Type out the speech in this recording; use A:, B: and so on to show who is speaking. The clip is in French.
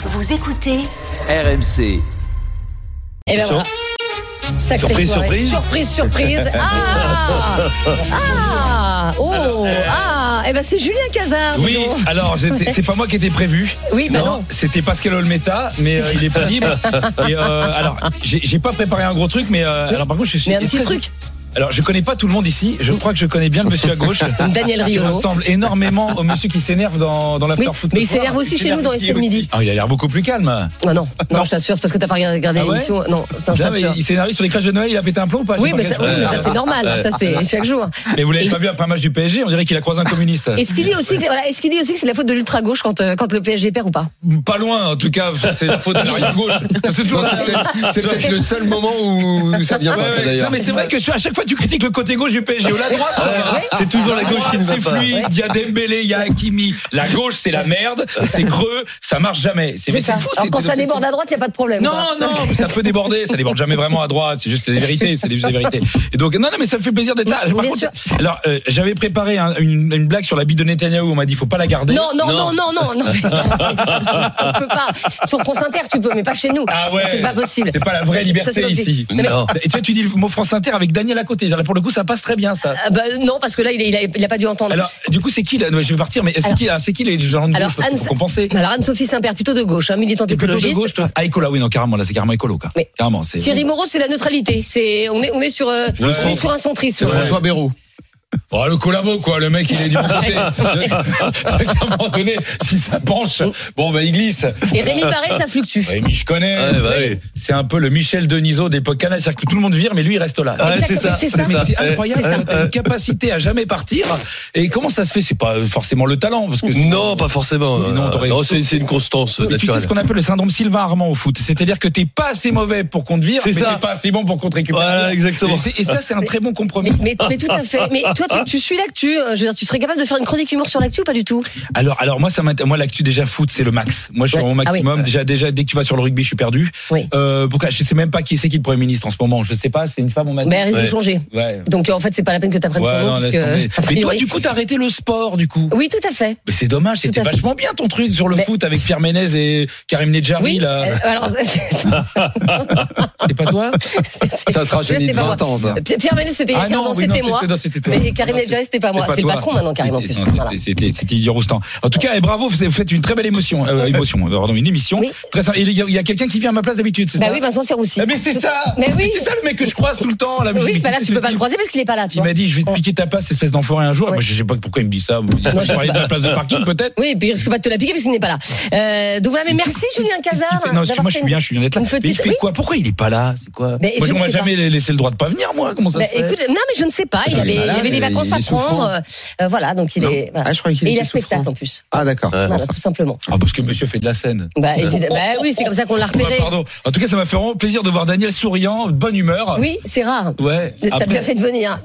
A: Vous écoutez
B: RMC.
C: Et ben voilà. Sacrée
D: Surprise,
C: soirée.
D: surprise.
C: Surprise, surprise. Ah Ah Oh Ah Eh ben c'est Julien Cazard. dis
D: euh, Oui,
C: donc.
D: alors j'étais- c'est pas moi qui était prévu.
C: Oui, bah non.
D: c'était Pascal Olmeta, mais euh, il est pas libre. Et, euh, alors, j'ai j'ai pas préparé un gros truc, mais euh, alors par contre, je suis.
C: Mais un petit
D: très-
C: truc.
D: Alors, je connais pas tout le monde ici. Je crois que je connais bien le monsieur à gauche.
C: Daniel
D: Il
C: Riolo.
D: ressemble énormément au monsieur qui s'énerve dans, dans l'after
C: Oui,
D: foot.
C: mais
D: le
C: il
D: soir.
C: s'énerve aussi chez nous dans
D: s'énerve
C: les
D: aussi.
C: de midi.
D: Ah, il a l'air beaucoup plus calme.
C: Non, non, non,
D: Non.
C: je t'assure, c'est parce que t'as pas regardé regardé
D: Ah ouais
C: l'émission. non, non, je
D: Là, mais
C: t'assure.
D: il s'est énervé sur les crashs de Noël, il a pété un plomb ou pas J'ai
C: Oui,
D: pas
C: mais ça,
D: regardé.
C: oui, mais ça, c'est normal, ça c'est chaque jour.
D: Mais vous l'avez
C: Et-
D: pas vu après un match du PSG, on dirait qu'il a croisé un communiste.
C: Est-ce qu'il dit aussi que voilà, est-ce qu'il dit aussi que c'est la faute de l'ultra gauche quand euh, quand le PSG perd ou pas
D: Pas loin, en tout cas, c'est la faute de l'arrière gauche. C'est toujours
E: Non,
D: la-
E: c'est peut-être- C'est peut-être le seul moment où ça
D: Ouais,
E: vient pas,
D: Ah bah ouais,
E: ça,
D: Non,
E: d'ailleurs. Ah,
D: mais c'est vrai que je- à chaque fois tu critiques le côté gauche du PSG. La droite, ça va.
E: C'est toujours la gauche qui ne va
D: Ah, C'est
E: pas.
D: fluide, il y a Dembélé, il y a Hakimi. La gauche, c'est la merde, c'est creux, ça marche jamais. C'est mais
C: ça.
D: c'est fou.
C: Alors
D: c'est-
C: quand ça
D: c'est-
C: déborde à droite, il y a pas de problème.
D: Non,
C: quoi.
D: non, mais ça peut déborder, ça déborde jamais vraiment à droite, c'est juste des vérités, c'est juste des vérités. Et donc, non, non, mais ça me fait plaisir d'être là. Par
C: Bien
D: contre,
C: sûr.
D: alors, euh, j'avais préparé un- une, une blague sur la bite de Netanyahu, on m'a dit, faut pas la garder.
C: Non, non, non, non, non, non, mais ça- on peut pas. Sur France Inter, tu peux, mais pas chez nous.
D: Ah ouais.
C: C'est pas possible.
D: C'est pas la vraie
C: Ça,
D: liberté
C: c'est pas possible.
D: ici.
C: Non, mais-
D: Et tu vois, tu dis le mot France Inter avec Daniel à côté. Pour le coup, ça passe très bien, ça.
C: Ah bah, non, parce que là, il, est- il a, il a pas dû entendre.
D: Alors, du coup, c'est qui là Non, Je vais partir, mais c'est
C: Alors-
D: qui, là C'est qui les gens de
C: Alors,
D: gauche Parce qu'il faut
C: Anne-
D: compenser.
C: Alors, Anne-Sophie Saint-Père, plutôt de gauche, hein, militante
D: T'es plutôt de
C: écologiste.
D: gauche, toi Ah, écolo, ah oui, non, carrément, là, c'est carrément écolo, quoi.
C: Mais-
D: Carrément, c'est.
C: Thierry Moreau, c'est la neutralité. C'est on est on est sur euh, on est
D: centre.
C: sur un centrisme.
E: C'est François Bayrou.
D: Oh, le collabo, quoi. Le mec, il est du bon côté. c'est qu'à un moment donné, si ça penche, bon, ben, il glisse.
C: Et Rémi Paré, ça fluctue.
D: Ouais, mais je connais. C'est un peu le Michel Denisot d'époque canal. C'est-à-dire que tout le monde vire, mais lui, il reste là.
C: Ouais, c'est ça, c'est ça.
D: Mais c'est incroyable,
C: C'est ça.
D: t'as une capacité à jamais partir. Et comment ça se fait C'est pas forcément le talent, parce que
F: Non, pas forcément.
D: Oui, non, t'aurais-
F: Non, c'est c'est une constance
D: Mais tu sais
F: naturelle.
D: ce qu'on appelle le syndrome Sylvain Armand au foot, c'est-à-dire que t'es pas assez mauvais pour qu'on te vire,
F: C'est
D: mais t'es
F: ça.
D: pas assez bon pour qu'on te récupère.
F: Voilà, exactement.
D: Et, c'est- et ça, c'est un très bon compromis.
C: Mais, mais, mais tout à fait. Mais toi, tu, tu suis l'actu. euh, Je veux dire, tu serais capable de faire une chronique humour sur l'actu ou pas du tout
D: Alors, alors moi, ça m'int- moi l'actu déjà foot, c'est le max. Moi, je suis
C: Ouais.
D: au
C: Ah oui.
D: maximum. Déjà, déjà, dès que tu vas sur le rugby, je suis perdu.
C: Oui.
D: Euh, pourquoi Je sais même pas qui c'est qui le premier ministre en ce moment. Je sais pas. C'est une femme, on m'a dit.
C: Ben, elle s'est
F: Ouais.
C: changée.
D: Ouais.
C: Donc, en fait, c'est pas la peine que tu apprennes
D: Ouais,
C: son nom,
D: non,
C: parce
D: laisse
C: que.
D: tomber. Mais toi, du coup, t'as arrêté le sport, du coup.
C: Oui, tout à fait.
D: Mais c'est dommage. C'était
C: à fait.
D: vachement bien ton truc sur le
C: Mais-
D: foot avec Pierre Ménez et Karim Nedjari.
C: Oui.
D: Là,
C: euh, alors, c'est- c'est-
D: c'est pas toi
C: c'est-
E: Ça te rajeunit
C: C'était
E: de
C: pas moi.
E: 20 ans, ça.
C: Pierre Pierre Ménès, c'était il y a 15 ans,
D: oui,
C: c'était
D: c'était-
C: moi.
D: Ah non, c'était toi.
C: Mais Karim
D: Non,
C: Nedjari, c'était pas moi.
D: pas
C: C'est le
D: toi.
C: patron maintenant, Karim, en plus.
D: C'était- non,
C: Voilà.
D: c'était- C'était c'était Didier Roustan. En tout cas, et bravo, vous avez fait une très belle émotion, euh, émotion, pardon, une émission.
C: Oui.
D: Très sympa. Et Il y a, il y a quelqu'un qui vient à ma place d'habitude, c'est
C: Bah
D: ça
C: oui, Vincent Serroussi.
D: Ah, Mais c'est ça
C: Mais oui.
D: c'est ça le mec que je croise tout le temps. Là,
C: Oui,
D: Mais
C: bah là,
D: c'est
C: tu
D: ce
C: peux pas
D: type
C: le croiser parce qu'il est pas là, tu
D: Qui
C: vois.
D: m'a dit, je vais te piquer ta place, espèce d'enfoiré, un jour.
C: Ouais.
D: Moi, je sais pas pourquoi il me dit ça. Il
C: Non,
D: va
C: je sais
D: parler de
C: pas.
D: la place de parking, peut-être.
C: Oui, puis il risque pas de te la piquer puisqu'il n'est pas là. Euh, donc voilà, mais merci Julien Cazard.
D: Il fait- Non, je suis-
C: d'avoir
D: moi, je suis
C: fait-
D: bien, je suis bien d'être là.
C: une petite-
D: Mais il fait
C: oui.
D: quoi Pourquoi il est pas là C'est quoi
C: Mais
D: Moi,
C: je ne
D: on m'a
C: sais pas.
D: jamais laissé le droit de pas venir, moi. Comment ça
C: Bah,
D: se fait
C: écoute, non mais je ne sais pas, il
E: Ah,
C: avait,
E: il
C: il
E: est malade,
C: avait des
E: il est-
C: vacances
E: il est
C: à prendre,
E: souffrant.
C: euh, euh, voilà donc il
E: Non.
C: est, voilà.
E: Ah, je croyais qu'il
C: et il
E: était
C: a spectacle
E: souffrant.
C: en plus,
E: Ah, d'accord.
C: voilà tout simplement.
D: Ah, parce que monsieur fait de la scène.
C: Bah, évidemment- bah oui, c'est comme ça qu'on l'a repéré.
D: Ouais, pardon. En tout cas, ça m'a fait vraiment plaisir de voir Daniel souriant, de bonne humeur.
C: Oui, c'est rare.
D: Ouais.
C: T'as
D: Après-
C: bien fait de venir.